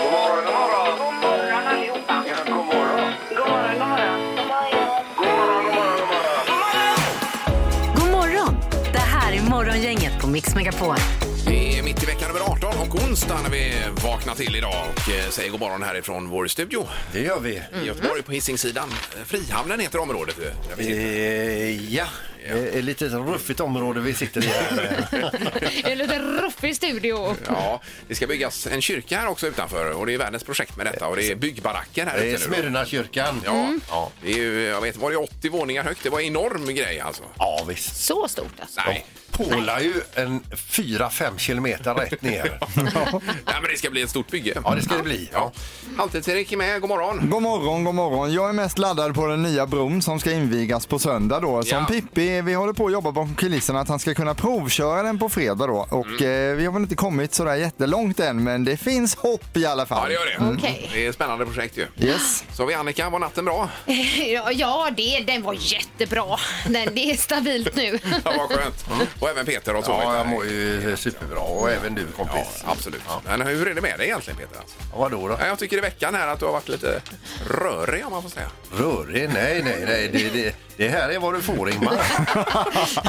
God morgon, god morgon. God morgon allihopa. Ja, god morgon. God morgon, god morgon. God morgon, god morgon, god morgon. God morgon! Det här är Morgongänget på Mix Megapol. Det är mitt i vecka nummer 18 och onsdag när vi vaknar till idag och eh, säger god morgon härifrån vår studio Det gör vi. Mhm. i Göteborg på Hisingssidan. Eh, Frihamnen heter området. ju. Där vi sitter. Eh, ja, det är lite ett ruffigt område vi sitter i. här. Det är en liten ruffig studio. Ja, det ska byggas en kyrka här också utanför och det är världens projekt med detta och det är byggbaracker här Det är ute nu. då. Smyrnakyrkan. Ja, Mm. ja, det är ju, jag vet, var det 80 våningar högt? Det var en enorm grej alltså. Ja, visst. Så stort alltså. Nej. Pålar ju en 4-5 kilometer rätt ner. Nej, men det ska bli ett stort bygge. Ja, det ska det bli. Ja. Halvtids-Erik är med, god Mm. morgon. God morgon, god morgon. Jag är mest laddad på den nya bron som ska invigas på söndag då. Som Ja. Pippi, vi håller på att jobba bakom kulisserna att han ska kunna provköra den på fredag då. Och Mm. eh, vi har väl inte kommit sådär jättelångt än men det finns hopp i alla fall. Ja, det gör det. Okej. Det är ett spännande projekt ju. Yes. Så har vi Annika, var natten bra? Ja, Ja, det, den var jättebra. Den, det är stabilt nu. Ja, vad skönt. Och även Peter har sovit. Ja, här. jag mår ju superbra och även du kompis. Ja, absolut. Men hur är det med dig egentligen Peter? Alltså? Ja, vadå då? Ja, Jag tycker i veckan här att du har varit lite rörig om man får säga. Rörig? Nej, nej, nej. Det, det, det här är vad du får Ingmar.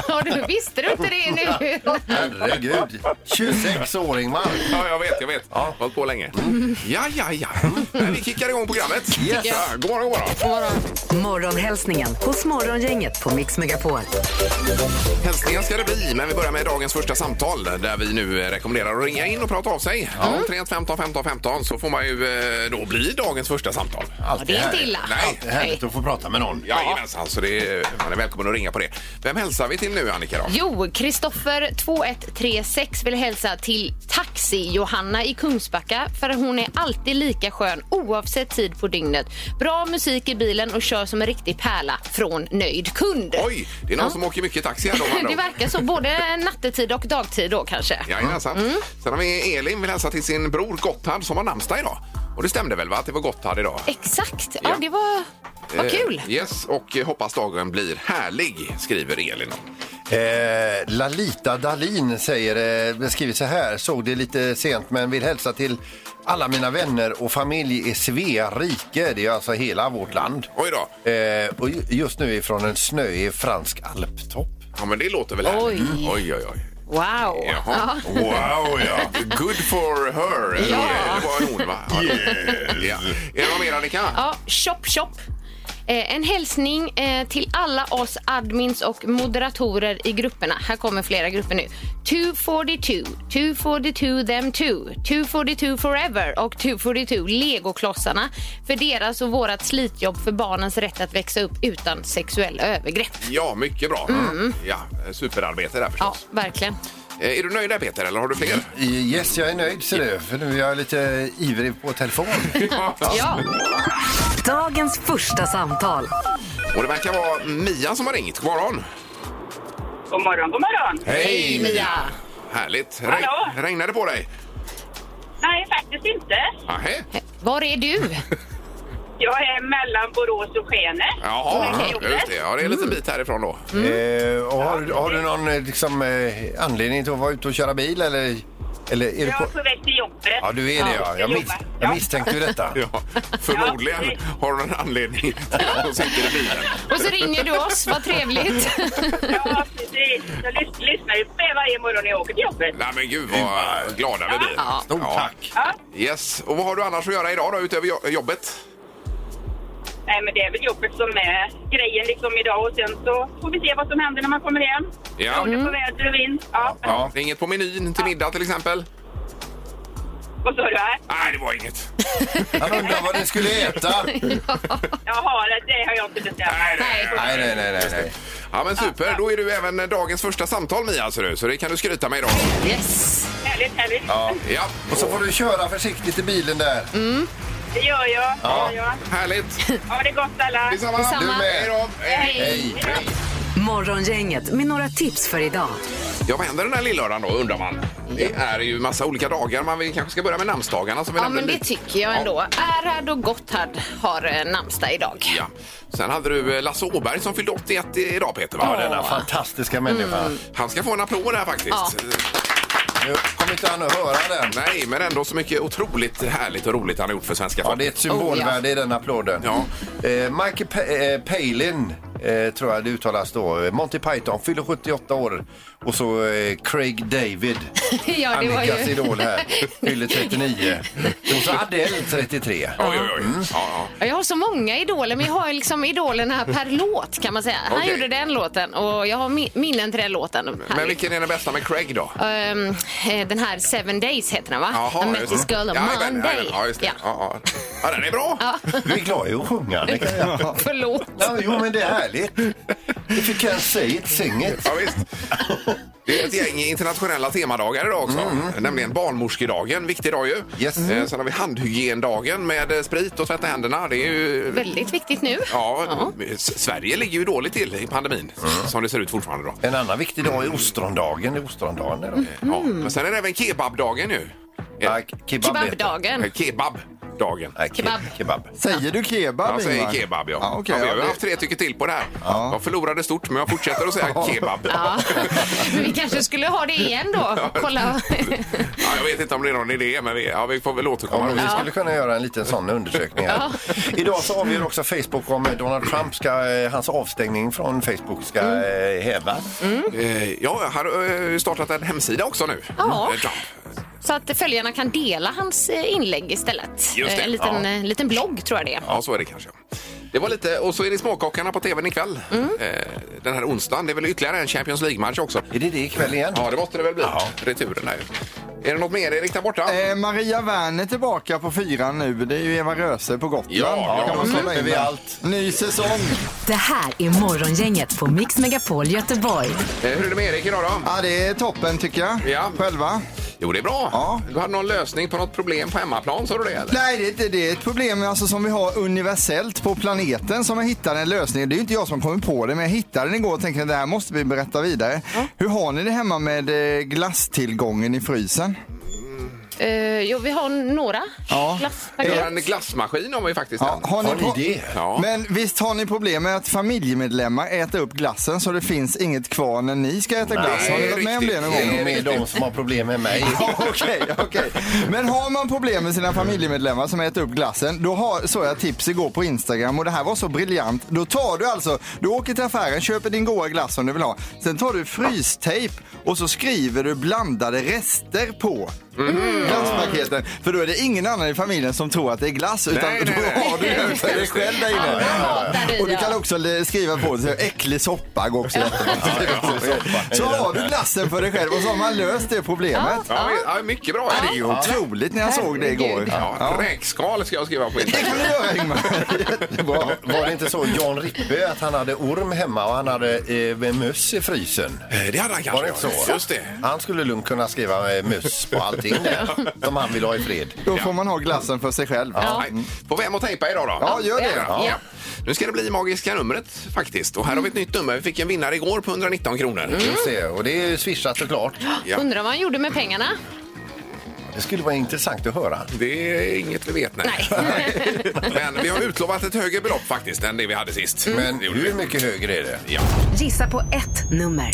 Ja, du visste du inte det nu? Herregud. 26 år Ingmar. Ja, jag vet, jag vet. Ja. Hållit på länge. Ja, ja, ja. Men vi kickar igång programmet. Yes. Ja, god morgon, god morgon. Morgonhälsningen hos Morgongänget på Mix Megapol. Hälsningar ska det bli, men vi börjar med dagens första samtal där vi nu eh, rekommenderar att ringa in och prata av sig. Mm. Ja. 15 15 15 så får man ju eh, då bli dagens första samtal. Alltid det är inte härligt. illa. Nej. Alltid härligt att få prata med någon. Jajamensan, så det är, man är välkommen att ringa på det. Vem hälsar vi till nu, Annika? Då? Jo, Kristoffer 2136 vill hälsa till Taxi-Johanna i Kungsbacka för hon är alltid lika skön oavsett tid på dygnet. Bra musik i bilen och kör som en riktig pärla från nöjd kund. Oj, det är någon som åker mycket taxi här då. med andra Det ord. verkar så, både nattetid och dagtid då kanske. Jajamensan. Mm. Sen har vi Elin vill hälsa till sin bror Gotthard som har namnsdag idag. Och det stämde väl va, att det var Gotthard idag? Exakt. Ja. Ja, det var... Vad kul! Eh, yes, och eh, hoppas dagen blir härlig, skriver Elin. Eh, Lalita Dalin säger, eh, skriver så här, såg det lite sent men vill hälsa till alla mina vänner och familj i Svea rike. Det är alltså hela vårt land. Oj då. Eh, och ju- just nu är från en snöig fransk alptopp. Ja, men det låter väl härligt. Mm. Oj. oj, oj. oj. Wow! Jaha. Wow, ja. Good for her. Ja. Eh, Det var en hon, va? Ja. Ja. Är det något mer, Annika? Ja, chop chop. Eh, en hälsning eh, till alla oss admins och moderatorer i grupperna. Här kommer flera grupper nu. 242, 242 them too, 242 forever och 242 legoklossarna för deras och vårat slitjobb för barnens rätt att växa upp utan sexuella övergrepp. Ja, mycket bra. Mm. Mm. Ja, superarbete där Ja, förstås. verkligen. Eh, Är du nöjd där, Peter, eller har du fler? Eh, Yes, jag är nöjd ser du, för nu är jag lite ivrig på telefon. Ja. Dagens första samtal. Och det verkar vara Mia som har ringt. God morgon! God morgon, god morgon. Hej, Mia. Härligt. Hallå? Reg- regnade det på dig? Nej, faktiskt inte. Nähä? Var är du? Jag är mellan Borås och Skene. Jaha, Men just det. Ja, det är en liten bit härifrån då. Eh, och har, du- har du någon eh, liksom, eh, anledning till att vara ute och köra bil eller? eller är du Jag är på... på väg till jobbet. Ja, du är det ja. Jag, mis- jag misstänkte ju detta. Ja, förmodligen Ja, precis. har hon en anledning till att hon sitter i bilen. Och så ringer du oss, vad trevligt. Ja, precis. Jag lys- lyssnar ju på er varje morgon när jag åker till jobbet. Nej men gud vad glada vi blir. Ja. Stort tack. Ja. Yes, och vad har du annars att göra idag då utöver jo- jobbet? Nej, men det är väl jobbet som är grejen liksom idag och sen så får vi se vad som händer när man kommer hem. Ja. Beroende på väder och vind. Ja. Ja. det är Inget på menyn till middag till exempel? Vad sa du här? Nej, det var inget. Han undrar vad ni skulle äta. Jaha, det, det har jag inte bestämt. Nej, Nej. Nej, nej, nej, nej. nej. Ja men super, då är du även dagens första samtal Mia ser du, så det kan du skryta med idag. Yes. Härligt, härligt. Ja, Och så får du köra försiktigt i bilen där. Det gör jag. Ja. Ja. härligt. Ha det gott alla. Detsamma. Detsamma. Du med. Hej då. Hej. Hej. Morgongänget med några tips för idag. Ja, vad händer den här lillördagen då undrar man? Det är ju massa olika dagar, man vill, kanske ska börja med namnsdagarna som vi Ja, nämnde men det lite. tycker jag ändå. Erhard och Gotthard har eh, namnsdag idag. Ja. Sen hade du eh, Lasse Åberg som fyllde 81 i- idag Peter va? Denna fantastiska människa. Han ska få en applåd här faktiskt. Ja. Nu kommer inte han att höra den. Eh, Nej, men ändå så mycket otroligt härligt och roligt han har gjort för svenska Ja, det är folket. ett symbolvärde i den applåden. Ja. Eh, Mike pa eh, Palin, eh, tror jag det uttalas då. Monty Python fyller 78 år. Och så eh, Craig David, ja, det var Annikas ju... idol här, fyller 39. Och så Adele 33. Oj, oj, oj. Mm. Ja, Ja, Jag har så många idoler, men jag har liksom idolerna per låt kan man säga. Han Okej. gjorde den låten och jag har mi- minnen till den låten. ja. Här. Men vilken är den bästa med Craig då? Ehm, eh, den här Seven Days heter den va? Jaha, I met just this det. girl on Jajamän, jajamän. Monday. Ja, just det. Ja. Ja, ja. den är bra. Du är glad i att sjunga, det kan jag. Ja, Förlåt. Ja, jo, men det är härligt. If you can say it, sing it. Ja, visst. Det är ett gäng internationella temadagar idag också. Nämligen barnmorskedagen, viktig dag ju. Yes. Eh, Sen har vi handhygiendagen med eh, sprit och tvätta händerna. Det är ju... Väldigt viktigt nu. Ja, S- Sverige ligger ju dåligt till i pandemin som det ser ut fortfarande då. En annan viktig dag är ostrondagen. Det är ostrondagen idag. Ja. Men sen är det även kebabdagen ju. Mm. Ja, kebab heter det. Kebabdagen. Eh, Kebabdagen. Nej, ke- Kebab. kebab. Säger du kebab, Jag säger Ingvar? kebab, ja. ja, okej, ja vi ja, har ju det- haft tre tycker till på det här. Jag förlorade stort, men jag fortsätter att säga kebab. Ja. Men vi kanske skulle ha det igen då. Kolla. Ja, jag vet inte om det är någon idé, men vi, ja, vi får väl Ja, återkomma. men vi skulle kunna göra en liten sån undersökning här. Idag så avgör också Facebook om Donald Trump ska, eh, hans avstängning från Facebook ska eh, hävas. Eh, Ja, han har eh, startat en hemsida också nu. Ja. Eh, Trump. Så att följarna kan dela hans eh, inlägg istället. Just det, Eh, En liten, ja. eh, liten blogg tror jag det är. Ja, så är det kanske. Det var lite, och så är det Småkockarna på tvn ikväll. Eh, den här onsdagen. Det är väl ytterligare en Champions League-match också. Är det det ikväll igen? Ja, det måste det väl bli. Returen där ju. Är det något mer Erik där borta? Eh, Maria Werner tillbaka på fyran nu. Det är ju Eva Röse på Gotland. Ja, ja, kan man kolla då släpper in vi den. allt. Ny säsong. Det här är Morgongänget på Mix Megapol Göteborg. Eh, hur är det med Erik idag då? Ja, det är toppen tycker jag. Ja. Själva? Jo, det är bra. Ja. Du hade någon lösning på något problem på hemmaplan, sa du det? Eller? Nej, det, är inte- det är ett problem alltså, som vi har universellt på planeten som jag hittade en lösning. Det är ju inte jag som kommer på det, men jag hittade den igår och tänkte att det här måste vi berätta vidare. Hur har ni det hemma med eh, glasstillgången i frysen? Eh, jo, vi har några Ja. Vi har glasspaket. en glassmaskin har vi faktiskt. Ja, en. har ni Har ni pro- det? Ja. Men visst har ni problem med att familjemedlemmar äter upp glassen så det finns inget kvar när ni ska äta glass? Har ni varit med om det någon Det är gång? nog mer de som har problem med mig. Ja, Okej, okej. Men har man problem med sina familjemedlemmar som äter upp glassen, då har, såg jag tips igår på Instagram och det här var så briljant. Då tar du alltså, du åker till affären, köper din goda glass som du vill ha. Sen tar du frystejp och så skriver du blandade rester på. Mm. Glasspaketen. För då är det ingen annan i familjen som tror att det är glass utan Nej, då nej, nej. har du den för dig själv där inne. Och du kan också le- skriva på det, så äcklig soppa går också jättebra. Så har du glassen för dig själv och så har man löst det problemet. Ja, vi- ja, mycket bra. Det är ju otroligt när jag såg det igår. Herregud. Ja, Räkskal ska jag skriva på Det internet. kan du göra Ingmar. Jättebra. Var det inte så Jan Rippe att han hade orm hemma och han hade eh, möss i frysen? Eh, Det hade han kanske. Var det inte ja. så? Just det. Han skulle lugnt kunna skriva eh, möss på allting där, som han vill ha i fred. Då får man ha glassen för sig själv. Nej. Får vi hem och tejpa idag då? Ja, gör det. Ja. Nu ska det bli magiska numret faktiskt. Och här har vi ett nytt nummer. Vi fick en vinnare igår på 119 kronor. Just det, och det är ju swishat såklart. Ja. Undrar vad han gjorde med pengarna. Det skulle vara intressant att höra. Det är inget vi vet. Nej. Men vi har utlovat ett högre belopp faktiskt än det vi hade sist. Men Det gjorde vi. hur mycket högre är det? Ja. Gissa på ett nummer.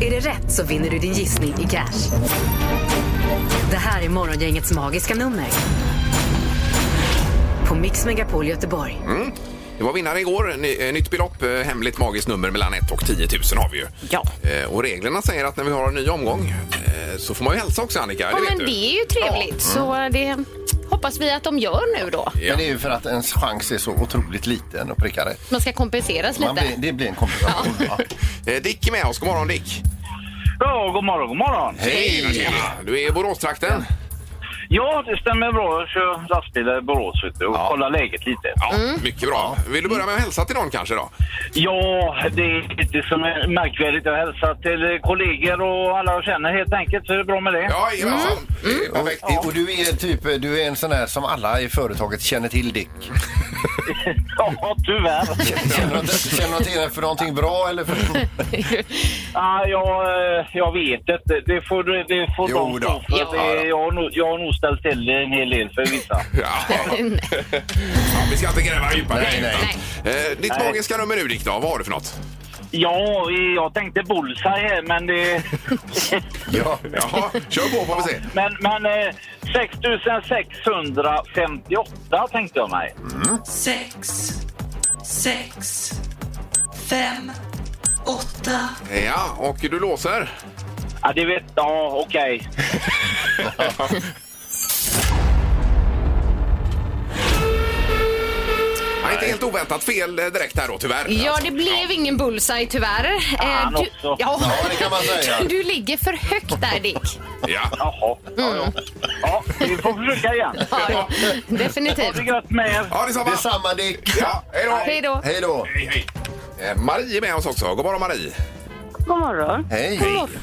Är det rätt så vinner du din gissning i cash. Det här är Morgongängets magiska nummer. På Mix Megapol Göteborg. Det var vinnare igår. Ny, eh, nytt belopp, eh, hemligt magiskt nummer mellan 1 och 10 000 har vi ju. Ja. Eh, och reglerna säger att när vi har en ny omgång eh, så får man ju hälsa också Annika. Ja, det vet men du. det är ju trevligt. Så det hoppas vi att de gör nu då. Ja. Men det är ju för att ens chans är så otroligt liten att pricka rätt. Man ska kompenseras Man lite. blir, det blir en kompensation. Ja. Eh, Dick är med oss. God morgon Dick. Ja, god morgon, god morgon. Hej! Tjena. Du är i Boråstrakten. Ja, det stämmer bra. Jag kör lastbil i Borås vet du, och Ja. kollar läget lite. Ja, Mycket bra. Vill du börja med att hälsa till någon kanske då? Ja, det är inte som är märkvärdigt. Jag hälsar till kollegor och alla jag känner helt enkelt, så är det bra med det. Ja, jajamensan. Eh, Perfekt. Och- Och du är, typ, du är en sån här som alla i företaget känner till Dick. Ja, tyvärr. Känner du att- känner du till det för någonting bra eller för... Ja, jag, eh, jag vet inte. Det får, det får Jo de då. stå för. Ja. Det, jag, har nog, jag har nog ställt till det en hel del för vissa. Ja. ja, vi ska inte gräva djupare. Nej, nej. Eh, ditt magiska nummer nu Dick då, vad har du för något? Ja, jag tänkte bullseye här, men det... Ja. Jaha, kör på får vi se. Men, men eh, 6658 tänkte jag mig. Mm. sex, sex, fem, åtta, Ja, och du låser. Ja, det vet... Ja, okej. Ja, inte helt oväntat fel eh, direkt här då tyvärr. Alltså. Ja, det blev ingen bullseye tyvärr. Eh, Fan du, också. ja, Ja, det kan man säga. Du ligger för högt där, Dick. Ja. Jaha. Ja, ja. ja, vi får försöka igen. Ja, Ha det definitivt. gött med er. Ja, detsamma. Detsamma Dick. Ja, hej då. Hej då. Hej då. Hej, hej. Eh, Marie är med oss också. God morgon Marie. God morgon. Hej.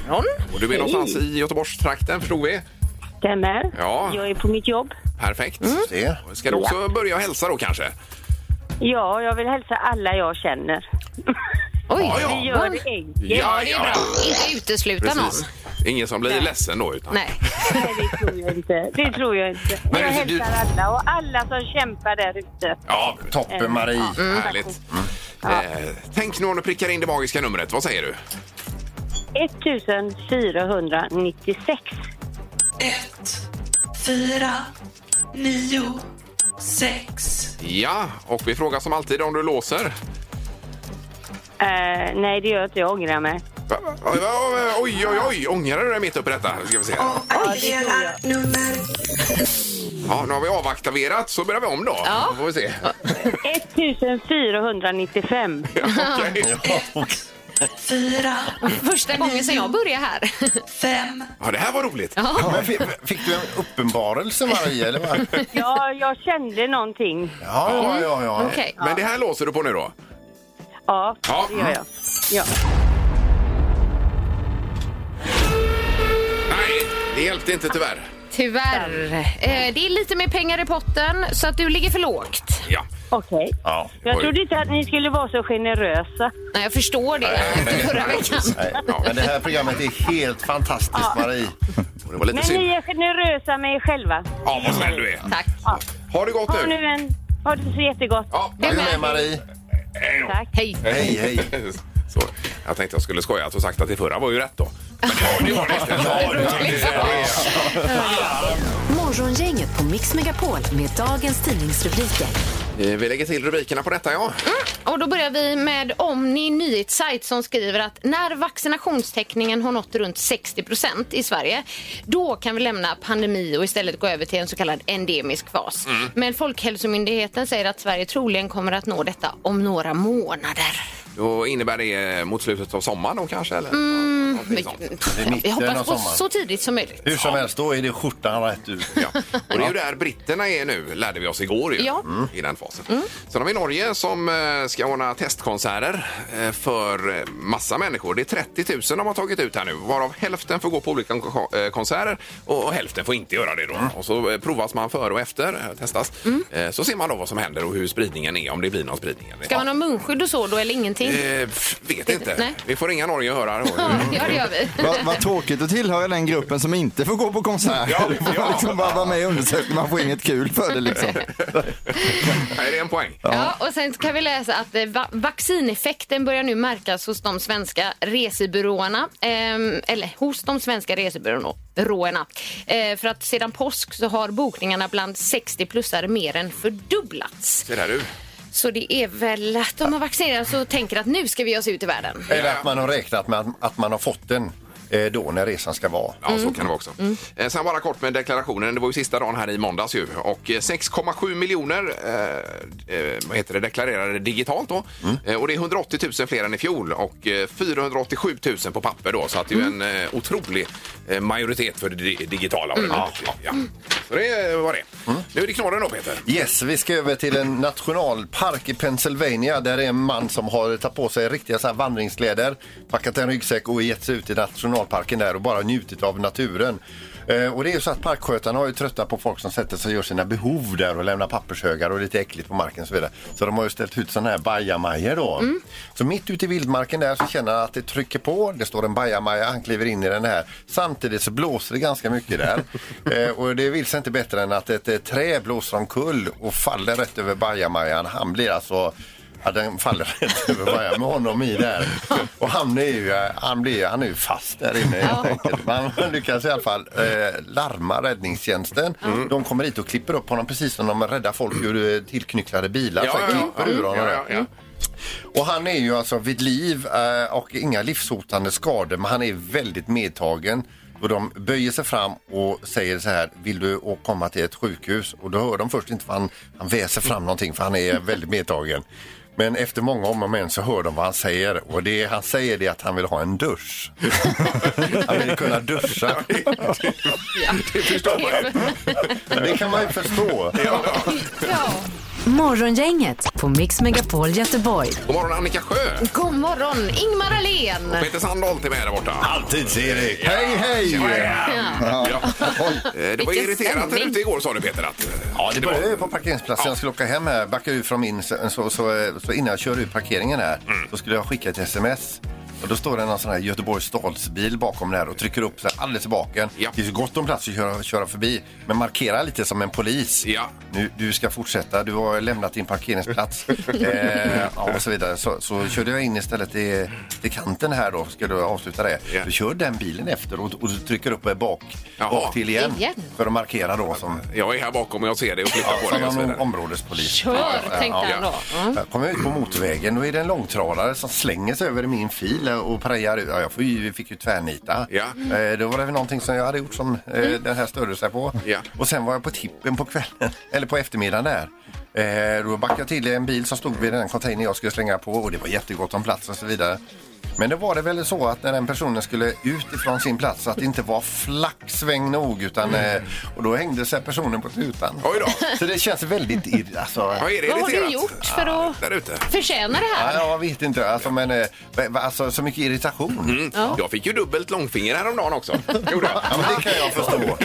Morgon. Och du är någonstans i Göteborgstrakten förstod vi. Stämmer. Ja. Jag är Mm. på mitt jobb. Perfekt. Se. Ska du också börja hälsa då kanske? Ja, jag vill hälsa alla jag känner. Oj, Ja, ja. Vi Gör det enkelt. Ja, det är bra. Inte utesluta Precis. någon. Ingen som blir ledsen då. Utan. Nej. Nej, det tror jag inte. Det tror jag inte. Men jag du- hälsar alla och alla som kämpar där ute. Ja, Toppen Marie. härligt. Eh, tänk nu om du prickar in det magiska numret. Vad säger du? 1496. ett, fyra, nio, sex, Ja, och vi frågar som alltid om du låser. Eh, nej, det gör jag inte. Jag ångrar mig. Va- va- va- Oj, oj, oj! Ångrar du dig mitt uppe i detta? Ska vi se. Aktivera nummer Ja, nu har vi avaktiverat, så börjar vi om då. Ja. Då får vi se. 1495. Okej. fyra, Första gången sedan jag började här. fem, Ja, det här var roligt. Men fick, fick du en uppenbarelse Marie? Eller vad? Ja, Ja, jag kände någonting. ja, ja. ja. Okej. Men det här låser du på nu då? Ja, Ja. det gör jag. Ja. Nej, det hjälpte inte tyvärr. Tyvärr. Eh, det är lite mer pengar i potten, så att du ligger för lågt. Ja. Okej. Ja. Jag Oj. trodde inte att ni skulle vara så generösa. Nej, jag förstår det efter förra veckan. Nej, Men det här programmet är helt fantastiskt Marie. Och Det var lite Men synd. ni är generösa med er själva. Ja, vad snäll du är. Tack. Ha det gott Ha nu nu. en... Ha det så jättegott. Ja, Är du med Marie? hej då. Tack. Hej. Hej, hej. Så, jag tänkte jag skulle skoja att och sagt att det förra var ju rätt då. Men det var- det var det inte. Ja, det var det inte. Morgongänget på Mix Megapol med dagens tidningsrubriker. Eh, Vi lägger till rubrikerna på detta, ja. Och då börjar vi med Omni nyhetssajt som skriver att när vaccinationstäckningen har nått runt 60 i Sverige, då kan vi lämna pandemi och istället gå över till en så kallad endemisk fas. Mm. Men Folkhälsomyndigheten säger att Sverige troligen kommer att nå detta om några månader. Då innebär det mot slutet av sommaren då kanske? Eller? Någonting sånt. är mitten Vi av hoppas på sommaren. så tidigt som möjligt. Hur som helst, då är det skjortan rätt ut. Ja. Och det är ju där britterna är nu, lärde vi oss igår ju, mm, Ja. Mm. i den fasen. Sen har vi Norge som eh, ska ordna testkonserter eh, för eh, massa människor. Det är 30 000 de har tagit ut här nu, varav hälften får gå på olika kon- eh, konserter och och hälften får inte göra det Mm. då. Och så eh, provas man före och efter, eh, testas. Eh, Så ser man då vad som händer och hur spridningen är, om det blir någon spridning. eller Ska man ha munskydd och så då eller ingenting? Eh, pff, vet inte. Nej. Vi får ringa Norge och höra. då. Ja, det gör vi. Vad, vad tråkigt att tillhöra den gruppen som inte får gå på konsert. Ja, Man får ja. liksom bara vara med i undersökningen, man får inget kul för det liksom. Nej, det är en poäng. Ja, och sen kan vi läsa att eh, va- vaccineffekten börjar nu märkas hos de svenska resebyråerna. ehm, eller hos de svenska resebyråerna. Eh, för att sedan påsk så har bokningarna bland 60-plussare mer än fördubblats. Se där du. Så det är väl att de har vaccinerats och tänker att nu ska vi ge oss ut i världen. Eller att man har räknat med att- att man har fått den eh, då när resan ska vara. Ja, så kan det vara också. Mm. Eh, Sen bara kort med deklarationen. Det var ju sista dagen här i måndags ju. Och eh, 6,7 miljoner eh, eh, vad heter det, deklarerade digitalt då. Mm. Eh, och det är 180 000 fler än i fjol och eh, 487 000 på papper då. Så att det är ju Mm. en eh, otrolig eh, majoritet för det di- digitala. Mm. Ja, ja. Så det var det. Mm. Nu är det knorren då Peter. Yes, vi ska över till en nationalpark i Pennsylvania där det är en man som har tagit på sig riktiga så här vandringskläder, packat en ryggsäck och gett sig ut i nationalparken där och bara njutit av naturen. Eh, och det är ju så att parkskötarna har ju tröttnat på folk som sätter sig och gör sina behov där och lämnar pappershögar och lite äckligt på marken och så vidare. Så de har ju ställt ut sådana här bajamajor då. Så mitt ute i vildmarken där så känner han att det trycker på. Det står en bajamaja, han kliver in i den här. Samtidigt så blåser det ganska mycket där. eh, och det vill sig inte bättre än att ett eh, trä blåser omkull och faller rätt över bajamajan. Han blir alltså Ja, den faller rätt över vad jag är med honom i där. Och han, är ju, han, blir, han är ju fast där inne helt enkelt. Men han lyckas i alla fall eh, larma räddningstjänsten. Mm. De kommer hit och klipper upp honom precis som de räddar folk ur eh, tillknycklade bilar. så här, klipper ur honom. ja, ja. Och han är ju alltså vid liv eh, och inga livshotande skador men han är väldigt medtagen. Och de böjer sig fram och säger så här, vill du å- komma till ett sjukhus? Och då hör de först inte vad han, han väser fram någonting för han är väldigt medtagen. Men efter många om och men så hör de vad han säger och det han säger det är att han vill ha en dusch. han vill kunna duscha. Det förstår man ju. Det kan man ju förstå. Ja. Morgongänget på Mix Megapol Göteborg. God morgon Annika Sjö! God morgon, Ingmar Ahlén. Peter Sandholt är med där borta. Halvtids-Erik. Hej, hej! Ja. Eh, Det var Vilken irriterat där stämning. ute igår sa du Peter. Att, eh, Ja, det började ju var- på parkeringsplatsen. Jag skulle åka hem här, backa ut från min, så, så, så, så innan jag kör ur parkeringen här, Mm. så skulle jag skicka ett sms. Och då står det någon sån här Göteborgs stadsbil bakom där och trycker upp så här alldeles i baken. Ja. Det är så gott om plats att köra, köra förbi, men markera lite som en polis. Ja. Nu, du ska fortsätta, du har lämnat din parkeringsplats. eh, ja, och så vidare. Så, så körde jag in istället i, till kanten här då, ska du avsluta det. Ja. Då kör den bilen efter och, och trycker upp eh, bak, Jaha. bak till igen, Igen. För att markera då som Jag är här bakom och jag ser det och flyttar på som det. och så någon vidare. områdespolis. Kör, tänkte ja. han då. Mm. Jag kommer ut på motorvägen och är det en långtradare som slänger sig över i min fil och prejar ut. Ja, jag får ju, fick ju tvärnita. Ja. Eh, Då var det väl någonting som jag hade gjort som eh, den här störde sig på. Ja. Och sen var jag på tippen på kvällen, eller på eftermiddagen där. Eh, Då backade jag till en bil som stod vid den container jag skulle slänga på och det var jättegott om plats och så vidare. Men det var det väl så att när den personen skulle ut ifrån sin plats så att det inte var flacksväng nog utan eh, och då hängde sig personen på tutan. Mm. Oj då. Så det känns väldigt irr, alltså. Ja, är det Vad har irriterat? du gjort för att Där ute. förtjäna det Ja, här? jag vet inte. Alltså, men, eh, va- va- alltså, så mycket irritation. Ja. Jag fick ju dubbelt långfinger häromdagen också. Gjorde jag. Ja, men det kan jag förstå.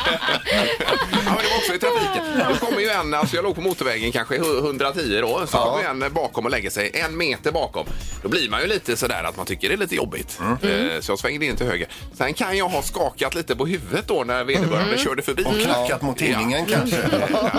Ja, men det var också i Ah. trafiken. Då kommer ju en, alltså jag låg på motorvägen kanske 110 då, så kommer en bakom och lägger sig en meter bakom. Då blir man ju lite sådär att man tycker det är lite jobbigt. Mm. Eh, Så jag svängde in till höger. Sen kan jag ha skakat lite på huvudet då när vederbörande Mm. körde förbi. Mm. Och knackat mot tidningen kanske.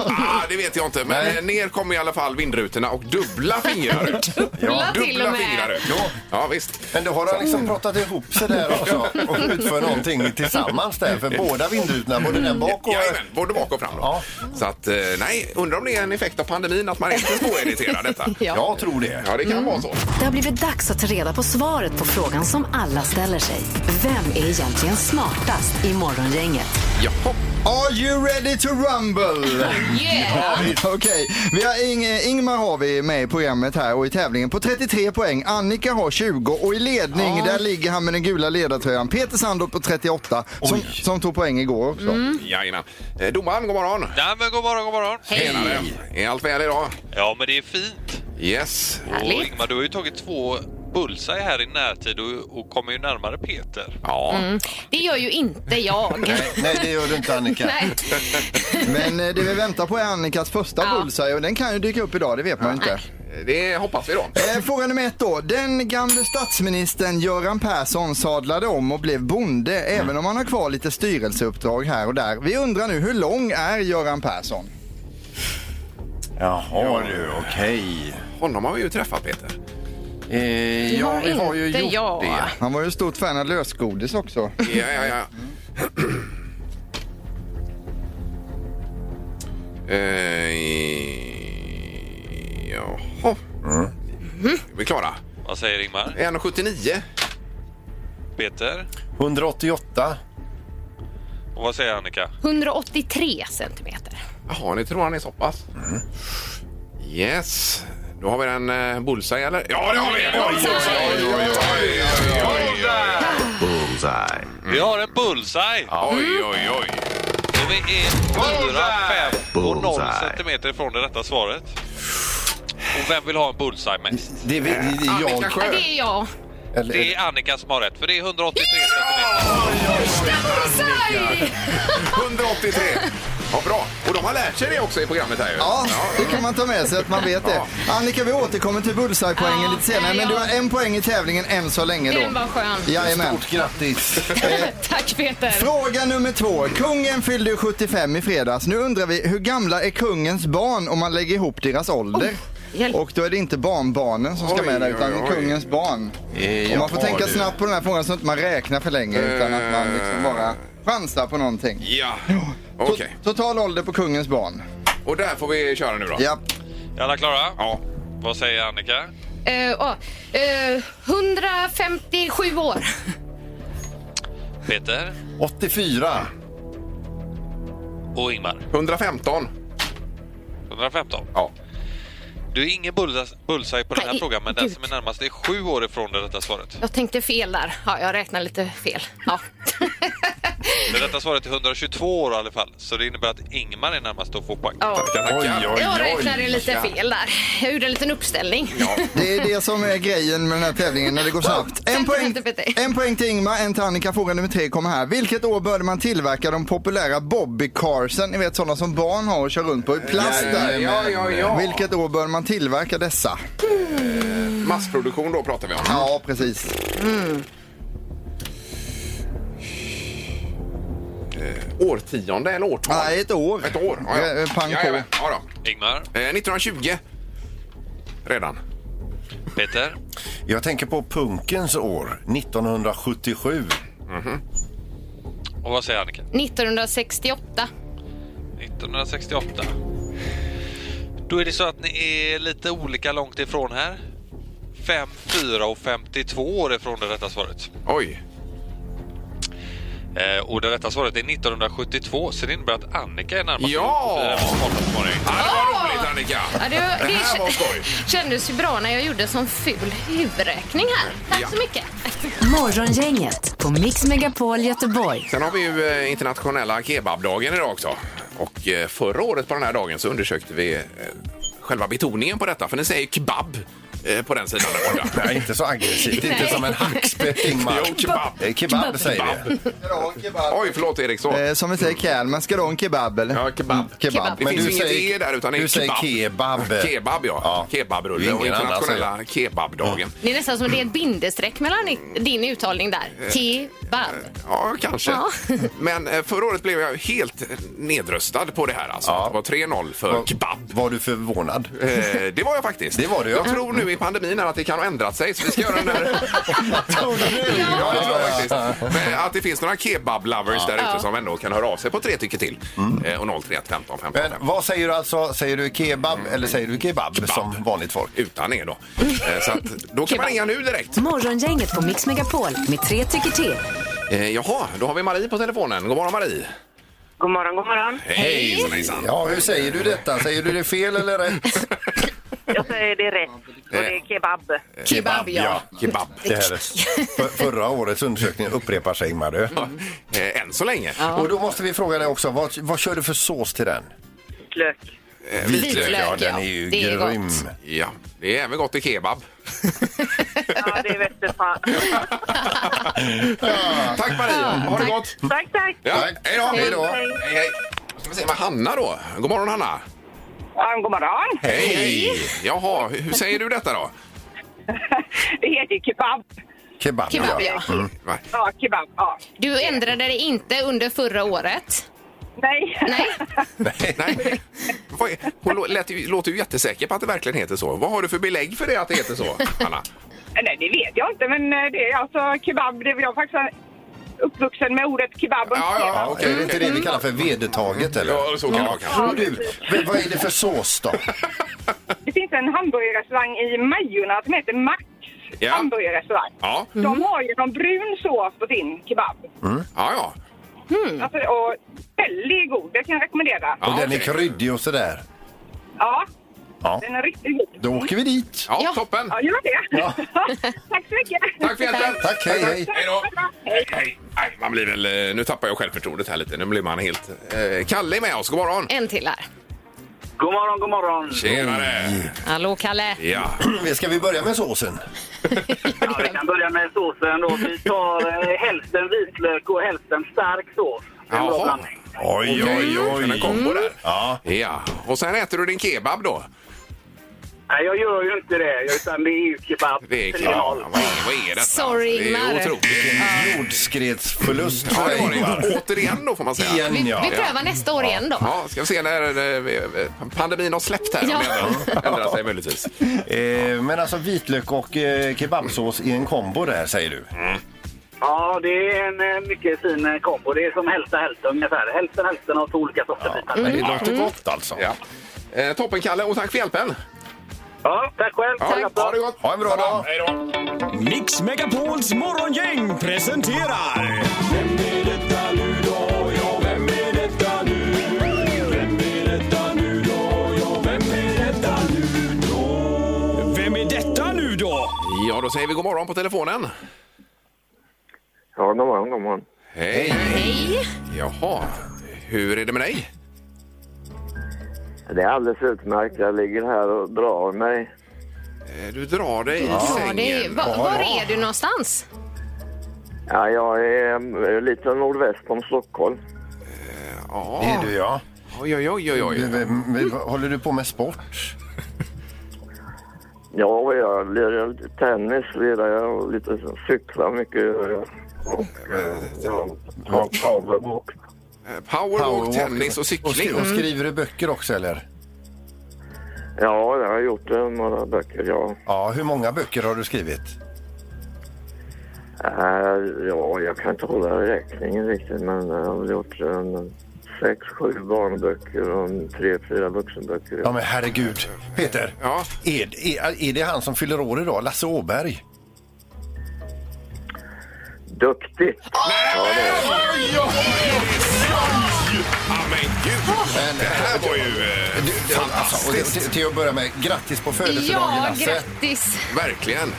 Ah, det vet jag inte, men Nej. eh, ner kom i alla fall vindrutorna och dubbla fingrar ut. Dubbla till och dubbla med. fingrar ut. Ja. ja, visst. Men då har de liksom pratat ihop sig där också och utför någonting tillsammans där. För båda vindrutorna, både den bak och... Jajamän, både bak och fram. Då. Ja. Så att, eh, nej, undrar om det är en effekt av pandemin att man är lite småirriterad detta. Ja. Mm. Jag tror det. Ja, det kan vara så. Det har blivit dags att ta reda på svaret på frågan som alla ställer sig. Vem är egentligen smartast i Morgongänget? Jaha. Are you ready to rumble? Yeah. Okej, vi har Ing- Ingmar har vi med i programmet här och i tävlingen på 33 poäng. Annika har 20 och i ledning där ligger han med den gula ledartröjan. Peter Sandholt på 38 som, som tog poäng igår också. Jajamän. Eh, Domaren, god morgon. Ja, men god morgon, god morgon. Tjenare. Är allt väl idag? Ja, men det är fint. Yes. Och Ingmar, du har ju tagit två bullseye här i närtid och, och kommer ju närmare Peter. Ja. Det gör ju inte jag. Nej, det gör du inte Annika. Nej. Men eh, det vi väntar på är Annikas första Ja. bullseye och den kan ju dyka upp idag, det vet man ju inte. Det hoppas vi då. Eh, Fråga nummer ett då. Den gamle statsministern Göran Persson sadlade om och blev bonde även om han har kvar lite styrelseuppdrag här och där. Vi undrar nu, hur lång är Göran Persson? Jaha du, okej. Honom har vi ju träffat, Peter. Eh, ja, vi har ju inte gjort jag. det. Han var ju stort fan av lösgodis också. Ja, ja, ja. eh, jaha. Är vi klara? Vad säger Ingmar? 1,79. Peter? 188. Och vad säger Annika? 183 centimeter. Jaha, ni tror han är så pass? Yes. Då har vi den eh, bullseye, eller? Ja, det har vi! Oj, oj, oj, oj, oj, oj, oj, Vi har en bullseye! oj, oj, oj. Och vi är 4, 5 och 0 centimeter ifrån det rätta svaret. Och vem vill ha en bullseye mest? Det är, vi- det är Annika jag. Ja, Sjö. det är jag. Eller, Det är Annika som har rätt, för det är 183 centimeter. Bullseye! 183. Ja, bra. Och då de har lärt sig det också i programmet här ju. Ja, det kan man ta med sig att man vet det. Annika, vi återkommer till bullseye-poängen Ja, lite senare, ja, men du ja. har en poäng i tävlingen än så länge Den då. var skön. Jajamän. Eh, Stort grattis! Tack Peter. Fråga nummer två. Kungen fyllde 75 i fredags. Nu undrar vi, hur gamla är kungens barn om man lägger ihop deras ålder? hjälp. Och då är det inte barnbarnen som ska Oj, med där, utan oj, oj. kungens barn. Eh, Och man får jaha, tänka du. snabbt på den här frågan så att man räknar för länge, utan att man liksom bara chansar på någonting. Ja, To- Eh, okej. Total ålder på kungens barn. Och där får vi köra nu då. Ja. Är alla klara? Ja. Vad säger Annika? Eh, åh, eh, 157 år. Peter 84. och Ingmar. 115. 115. Ja. Du är ingen bullsa- bullseye på den här Nej, frågan, men den gud. som är närmast är sju år ifrån det rätta svaret. Jag tänkte fel där. Ja, jag räknar lite fel. Ja. Det rätta svaret är 122 år i alla fall, så det innebär att Ingmar är närmast att få poäng. ja. Oj, oj, Jag oj. räknade lite fel där. Jag gjorde en liten uppställning. Det är det som är grejen med den här tävlingen när det går snabbt. En Vänta, poäng, vänta, vänta. en poäng till Ingmar, en till Annika. Fråga nummer tre kommer här. Vilket år började man tillverka de populära bobbycarsen? Ni vet sådana som barn har och kör runt på i plast där. Ja, ja, ja. Vilket år började man tillverka dessa? Massproduktion då pratar vi om. Ja, precis. Årtionde eller årtal? Nej, ett år. Ett år? Ja, Eh, ja. eh, Pang ja, på. ja, ja, Ingmar, då. Eh, 1920. Redan. Peter, Jag tänker på punkens år, 1977. och vad säger Annika? 1968. 1968. Då är det så att ni är lite olika långt ifrån här. 5, 4 och 52 år ifrån det rätta svaret. Oj. Eh, och det rätta svaret är 1972, så det innebär att Annika är närmast. Ja! Eh, med smartast morgon. Ja, det var roligt Annika! Ja, det, det, det här var skoj. kändes ju bra när jag gjorde sån ful huvudräkning här. Tack Ja. så mycket. Morgongänget på Mix Megapol Göteborg. Sen har vi ju eh, internationella kebabdagen idag också. Och eh, förra året på den här dagen så undersökte vi eh, själva betoningen på detta. För ni säger kebab eh, på den sidan där borta. Nej, inte så aggressivt. inte som en hackspett, Ingmar. Jo, kebab. Eh, Kebab säger vi. Oj, förlåt Eriksson. Eh, Som vi säger i Kalmar, ska du ha en kebab eller? Mm, Ja, kebab. Kebab. Det Men finns du ju inget säger- E där utan det är du säger kebab. Kebab ja. Ja. Det Kebabrulle är och ingen annan internationella kebabdagen. Det är nästan som det är ett bindestreck mellan i- din uttalning där. Kebab. Ja, kanske. Ja. Men eh, förra året blev jag helt nedröstad på det här. Alltså. Ja. Det var 3-0 för Var- kebab. Var du förvånad? Eh, Det var jag faktiskt. Det var du, ja. Jag tror nu i pandemin här att det kan ha ändrat sig. Så vi ska göra den där... Ja, det tror jag faktiskt. Men att det finns några kebab-lovers där ute som ändå kan höra av sig på tre tycker till. Eh, Och 031 15 15 Mm. Men vad säger du alltså? Säger du kebab eller säger du kebab, som vanligt folk? Utan er då. Eh, Så att, då kan man ringa nu direkt. Morgongänget på Mix Megapol med tre tycker till. Eh, Jaha, då har vi Marie på telefonen. God morgon Marie. God morgon, god morgon. Hej! Hejsan, hejsan. Ja, hur säger du detta? Säger du det fel eller rätt? Jag säger det rätt. Och det är kebab. Kebab, ja. Eh, Kebab. Det här är för, förra årets undersökning upprepar sig, Ingmar. du. Eh, Än så länge. Och då måste vi fråga dig också, vad, vad kör du för sås till den? Lök. Eh, Vitlök, ja, den är ja. ju Det är gott. grym. Ja, det är även gott i kebab. Ja, det är vettigt fan. Tack Marie, ha det gott! Tack, tack. Ja, hej då! Hej då. Hej, hej. Då ska vi se med Hanna då. God morgon Hanna! Ja, god morgon. Hej! Jaha, hur hur säger du detta då? Det heter ju kebab. Kebab, Kebab, ja. Mm. Va? Ja, kebab. Ja. Du ändrade dig inte under förra året. Nej. Nej. Nej. Vad är- Hon lå- lät ju, låter ju jättesäker på att det verkligen heter så. Vad har du för belägg för det att det heter så, Hanna? Nej, det vet jag inte. Men eh, det är alltså kebab. Det är jag faktiskt uppvuxen med ordet kebab. och Ja, ja, kebab. Ja, okej, är det inte okej. det vi kallar för vedertaget eller? Ja, så kan det vara kanske. Och du, men vad är det för sås då? Det finns en hamburgerrestaurang i Majorna som heter Max Ja. hamburgerrestaurang. Ja, ja, De har ju någon brun sås på sin kebab. ja. Alltså, och väldigt god, det kan jag rekommendera. ja och den är okej. kryddig och sådär. Ja, Ja, den är riktigt god. då åker vi dit. Ja, Ja. toppen! Ja, gör det. Tack så mycket. Tack för hjälpen! Tack, hej, hej. Hej då! Hej. Hej. Nej, man blir väl, eh, nu tappar jag självförtroendet här lite. Nu blir man helt... Eh, Kalle är med oss, god morgon! En till här. God morgon, god morgon. Tjenare! Hallå, Kalle. Ja. Ska vi börja med såsen? Ja, vi kan börja med såsen då. Vi tar eh, hälften vitlök och hälften stark sås. En bra Jaha. blandning. Oj, oj, En oj. kombo där. Ja. Ja, och sen äter du din kebab då? Nej, jag gör ju inte det. Utan det är ju kebab. Det är klart. Vad 3-0. är, vad är detta? Sorry, det är Ingmar. otroligt. Jordskredsförlust Ja, det för dig, var det. Ingvar. ju. Återigen då får man säga. Igen, Vi, ja. vi prövar nästa år igen då. Ja, ska vi se när eh, pandemin har släppt här. om Ja. det ändrar- Ändrar sig möjligtvis. Eh, men alltså vitlök och eh, kebabsås i en kombo där, säger du? Ja, det är en eh, mycket fin eh, kombo. Det är som hälften hälften ungefär. Hälften hälften av två olika sorter bitar. Men det låter gott alltså. Mm. Ja. Eh, toppen, Kalle, och tack för hjälpen. Ja, tack själv. Ja, ha det gott. Ha en bra dag. Hej då. Mix Megapols morgongäng presenterar... Vem är detta nu då? Ja, vem är detta nu? Vem är detta nu då? Ja, vem är detta nu då? Vem är detta nu då? Ja, då säger vi god morgon på telefonen. Ja, god morgon, god morgon. Hej. Hej! Jaha, hur är det med dig? Det är alldeles utmärkt. Jag ligger här och drar mig. Eh, Du drar dig i Ja, sängen. det är, va, var är du någonstans? Ja, jag är eh, lite nordväst om Stockholm. Det Ja. är du, ja. Oj, oj, oj, oj, oj. V- v- v- Håller du på med sport? Ja, jag lirar lite tennis, lirar jag och lite så- cyklar mycket. gör jag. Och eh, ja, powerwalk. Eh, Powerwalk, tennis och Och skri- cykling. Och skriver du böcker också, eller? Ja, jag har gjort eh, några böcker. Ja. Ja, hur många böcker har du skrivit? Eh, ja, jag kan inte hålla räkningen riktigt, men jag har väl gjort en, sex, sju barnböcker och en, tre, fyra vuxenböcker. Ja, men herregud. Peter, Ja. är, är, är det han som fyller år idag? Lasse Åberg? Duktig! Ja, men gud! Men Det här var ju eh, Du, det- alltså, och det- till- Till att börja med, grattis på födelsedagen, Ja, Lasse. grattis! verkligen.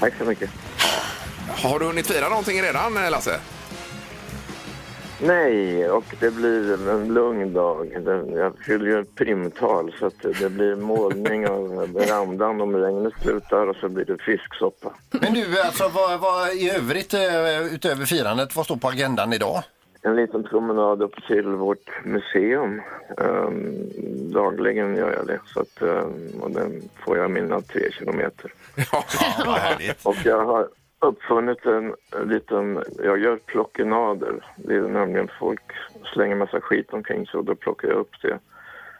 Tack så mycket. Har du hunnit fira någonting redan, eh, Lasse? Nej, och det blir en lugn dag. Den- Jag fyller ju ett primtal så att det blir målning av verandan om regnet slutar och så blir det fisksoppa. Men du, alltså, vad, vad i övrigt, eh, utöver firandet, vad står på agendan idag? En liten promenad upp till vårt museum. Ehm, dagligen gör jag det så att, ehm, och den får jag mina tre kilometer. Ja. Vad härligt. Och jag har uppfunnit en liten... Jag gör plockenader. Det är nämligen folk slänger massa skit omkring sig och då plockar jag upp det.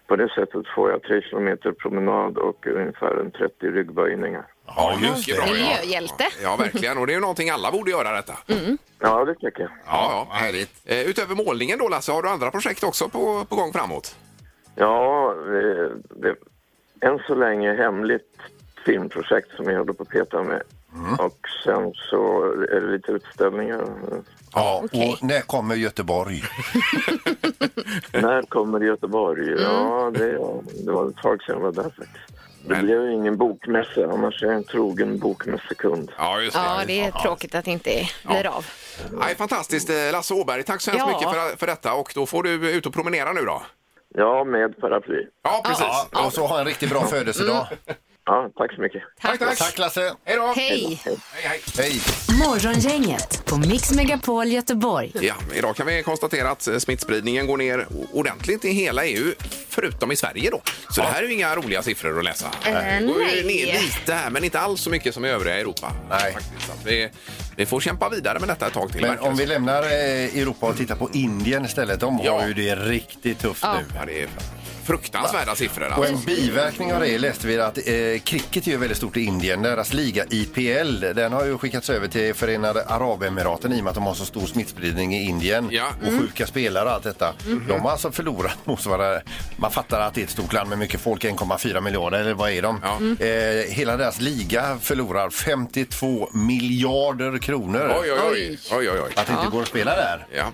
På det sättet får jag tre kilometer promenad och ungefär en 30 ryggböjningar. Ja, just Mycket bra, ja. Miljöhjälte. Mm. Ja, verkligen. Och det är ju någonting alla borde göra detta. Ja, det tycker jag. Ja, ja. Härligt. Eh, utöver målningen då, Lasse, har du andra projekt också på, på gång framåt? Ja, det, det, än så länge hemligt filmprojekt som jag håller på att peta med. Och sen så är det lite utställningar. Ja, Okej. och när kommer Göteborg? När kommer det Göteborg? Mm. Ja, det, ja, det var ett tag sedan jag var där faktiskt. Det Men- blev ju ingen bokmässa, annars är jag en trogen bokmässekund. Ja, just Ja, det är tråkigt att det inte blir av. Nej, fantastiskt, eh, Lasse Åberg. Tack så hemskt Ja. mycket för, för detta. Och då får du ut och promenera nu då. Ja, med paraply. Ja, precis. Ja, och så ha en riktigt bra födelsedag. Ja, tack så mycket. Tack, tack. Tack Lasse! Hej då! Hej! Hej, hej. Hej! Morgongänget på Mix Megapol Göteborg. Ja, idag kan vi konstatera att eh, smittspridningen går ner o- ordentligt i hela EU, förutom i Sverige då. Så det här är ju inga roliga siffror att läsa. Eh, det går nej. ju ner lite här, men inte alls så mycket som i övriga Europa. Nej. Faktiskt. Så att vi, vi får kämpa vidare med detta ett tag till. Men verkar om det vi som. lämnar eh, Europa och tittar på Indien istället. De har Ja. ju det riktigt tufft nu. Ja, det är fruktansvärda siffror Och alltså. en biverkning av det läste vi att eh, cricket är ju väldigt stort i Indien. Deras liga IPL, den har ju skickats över till Förenade Arabemiraten i och med att de har så stor smittspridning i Indien Ja. Mm. Mhm. och sjuka spelare och allt detta. De har alltså förlorat motsvarande, man fattar att det är ett stort land med mycket folk, 1,4 miljarder eller vad är de? Ja. Eh, hela deras liga förlorar 52 miljarder kronor. Oj, oj, oj. oj, oj, oj. Att det inte går att spela där. Ja.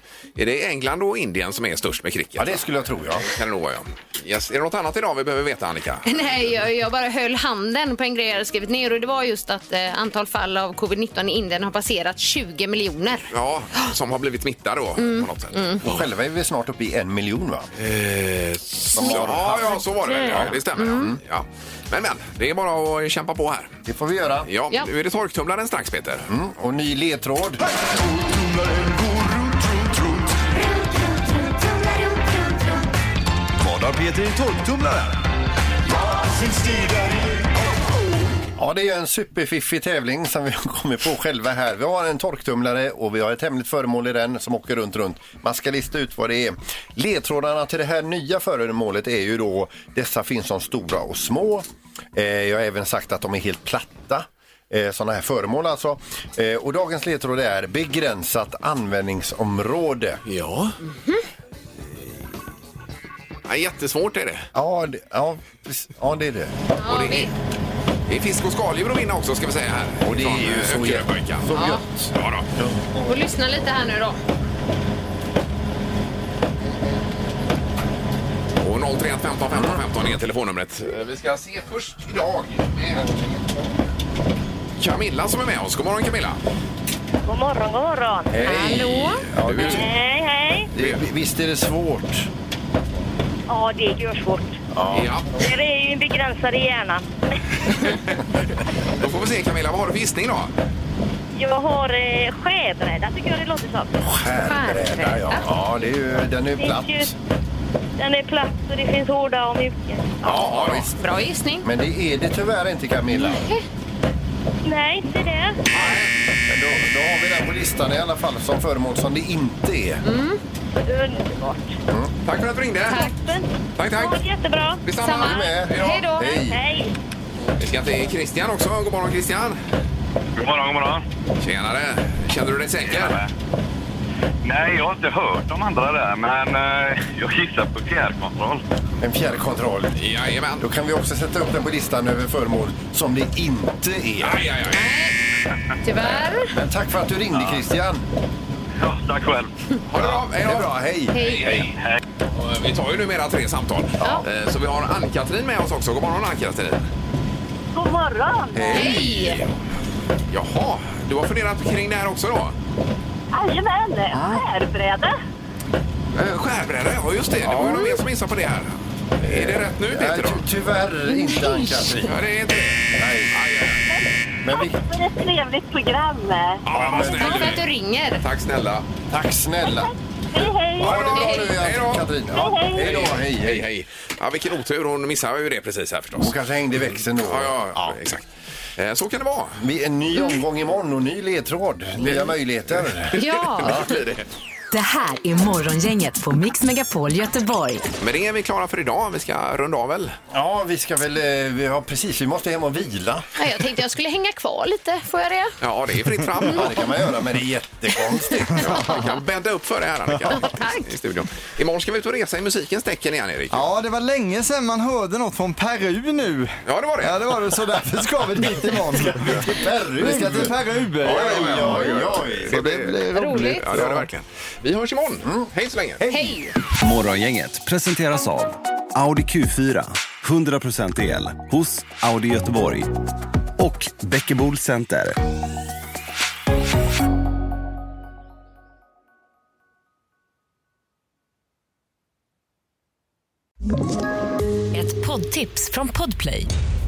Är det England och Indien som är störst med cricket? Ja, det skulle jag tro ja. kan det nog vara, ja. Yes. Är det något annat idag vi behöver veta, Annika? Nej, jag, jag bara höll handen på en grej jag hade skrivit ner och det var just att eh, antal fall av covid-19 i Indien har passerat 20 miljoner. Ja, som har blivit smittade då Mm. på något sätt. Och själva är vi snart uppe i en miljon va? Ja, ja, så var det väl. Ja, det stämmer. Mm, Ja. Ja. Men, men, det är bara att kämpa på här. Det får vi göra. Ja, Ja. nu är det torktumlaren strax, Peter. Mm. Och ny ledtråd. Torktumlaren går runt, runt, runt. nyheter i en torktumlare. Ja, det är en superfiffig tävling som vi har kommit på själva här. Vi har en torktumlare och vi har ett hemligt föremål i den som åker runt, runt. Man ska lista ut vad det är. Ledtrådarna till det här nya föremålet är ju då, dessa finns som stora och små. Eh, jag har även sagt att de är helt platta. Eh, sådana här föremål alltså. Eh, och dagens ledtråd är begränsat användningsområde. Ja. Mm-hmm. ja. Jättesvårt är det. Ja, det, ja, precis. ja, det är det. Och det, är, det är fisk och skaldjur att vinna också ska vi säga här. Och det är ju så gött. gött. Så gött. Ja, då. Och lyssna lite här nu då. Och 031 15 15 15 är telefonnumret. Eh, Vi ska se först idag med Camilla som är med oss. God morgon Camilla! God morgon, god morgon. Hej. Hallå? Ja, du, Hej, hej. det, visst är det svårt? Ja, det är görsvårt. Ja. Det är ju en begränsad i hjärnan. Då får vi se Camilla, vad har du för gissning då? Jag har eh, skärbräda, tycker jag det låter som. Skärbräda, ja. Ja, det är ju, den är ju Det finns platt. ju, den är platt och det finns hårda och mjuka. Ja, ja visst. Bra gissning. Men det är det tyvärr inte Camilla. Nej, inte det. Men Då, då har vi den på listan i alla fall som föremål som det inte är. Mm. Underbart. Tack för att du ringde. Tack, Men, tack. ha det jättebra. Detsamma. Du med? Hej då. Hej. Hej. Vi ska till Christian också. God morgon Christian! God morgon, god morgon. Tjenare! Känner du dig säker? Nej, jag har inte hört de andra där, men eh, jag gissar på fjärrkontroll. En fjärrkontroll. Då Jajamän! kan vi också sätta upp den på listan över föremål som det inte Aj, är. aj, aj. Tyvärr. Men tack för att du ringde Ah. Christian. Ja, tack själv. Ha det bra! Hej Det är då! bra, hej. Hej. Hej, hej. Och Vi tar ju numera tre samtal. Ja. Eh, Så vi har Ann-Katrin med oss också. God morgon Ann-Katrin! God morgon. Hej. Jaha, du har funderat kring det här också då? Jajamän, skärbräda. Eh, Skärbräda, ja just det. Det var ju någon mer som gissade på det här. Är det rätt nu Peter Nej, då? ty- tyvärr inte Ann-Katrin. Ja, det är inte det. Nej. Aj, aj, aj. Men vi, för ett trevligt program. Ja, vad snäll Tack för du att du är. ringer. Tack snälla. tack snälla. Hej, hej. Ha det bra nu Hej då. Ann-Katrin. Ja, Hej, hej. Hej då, hej Hej, hej. hej. Ja, vilken otur. Hon missade ju det precis här förstås. Hon kanske hängde i växeln då. Ja, ja, ja, exakt. Eh, Så kan det vara. Vi- En ny omgång imorgon och ny ledtråd. Mm. Nya möjligheter. Ja. Det blir det. Det här är Morgongänget på Mix Megapol Göteborg. Men det är vi klara för idag. Vi ska runda av väl? Ja, vi ska väl... eh, vi- Ja, precis. Vi måste hem och vila. Ja, Jag tänkte jag skulle hänga kvar lite. Får jag det? Ja, det är fritt fram. Ja, det kan man göra, men det är jättekonstigt. Ja, vi kan bädda upp för det här, Annika. Tack. I studion. Imorgon ska vi ut och resa i musikens tecken igen, Erik. Ja, det var länge sedan man hörde något från Peru nu. Ja, det var det. Ja, det var det. Så därför ska vi dit imorgon. Peru! Vi ska till Peru. Oj, oj, oj. Så det blir Mm. Roligt. Ja, det var det verkligen. Vi hörs imorgon. Hej så länge. Hej. Morgongänget presenteras av Audi Q4. 100% el hos Audi Göteborg. Och Bäckebol Center. Ett poddtips från Podplay.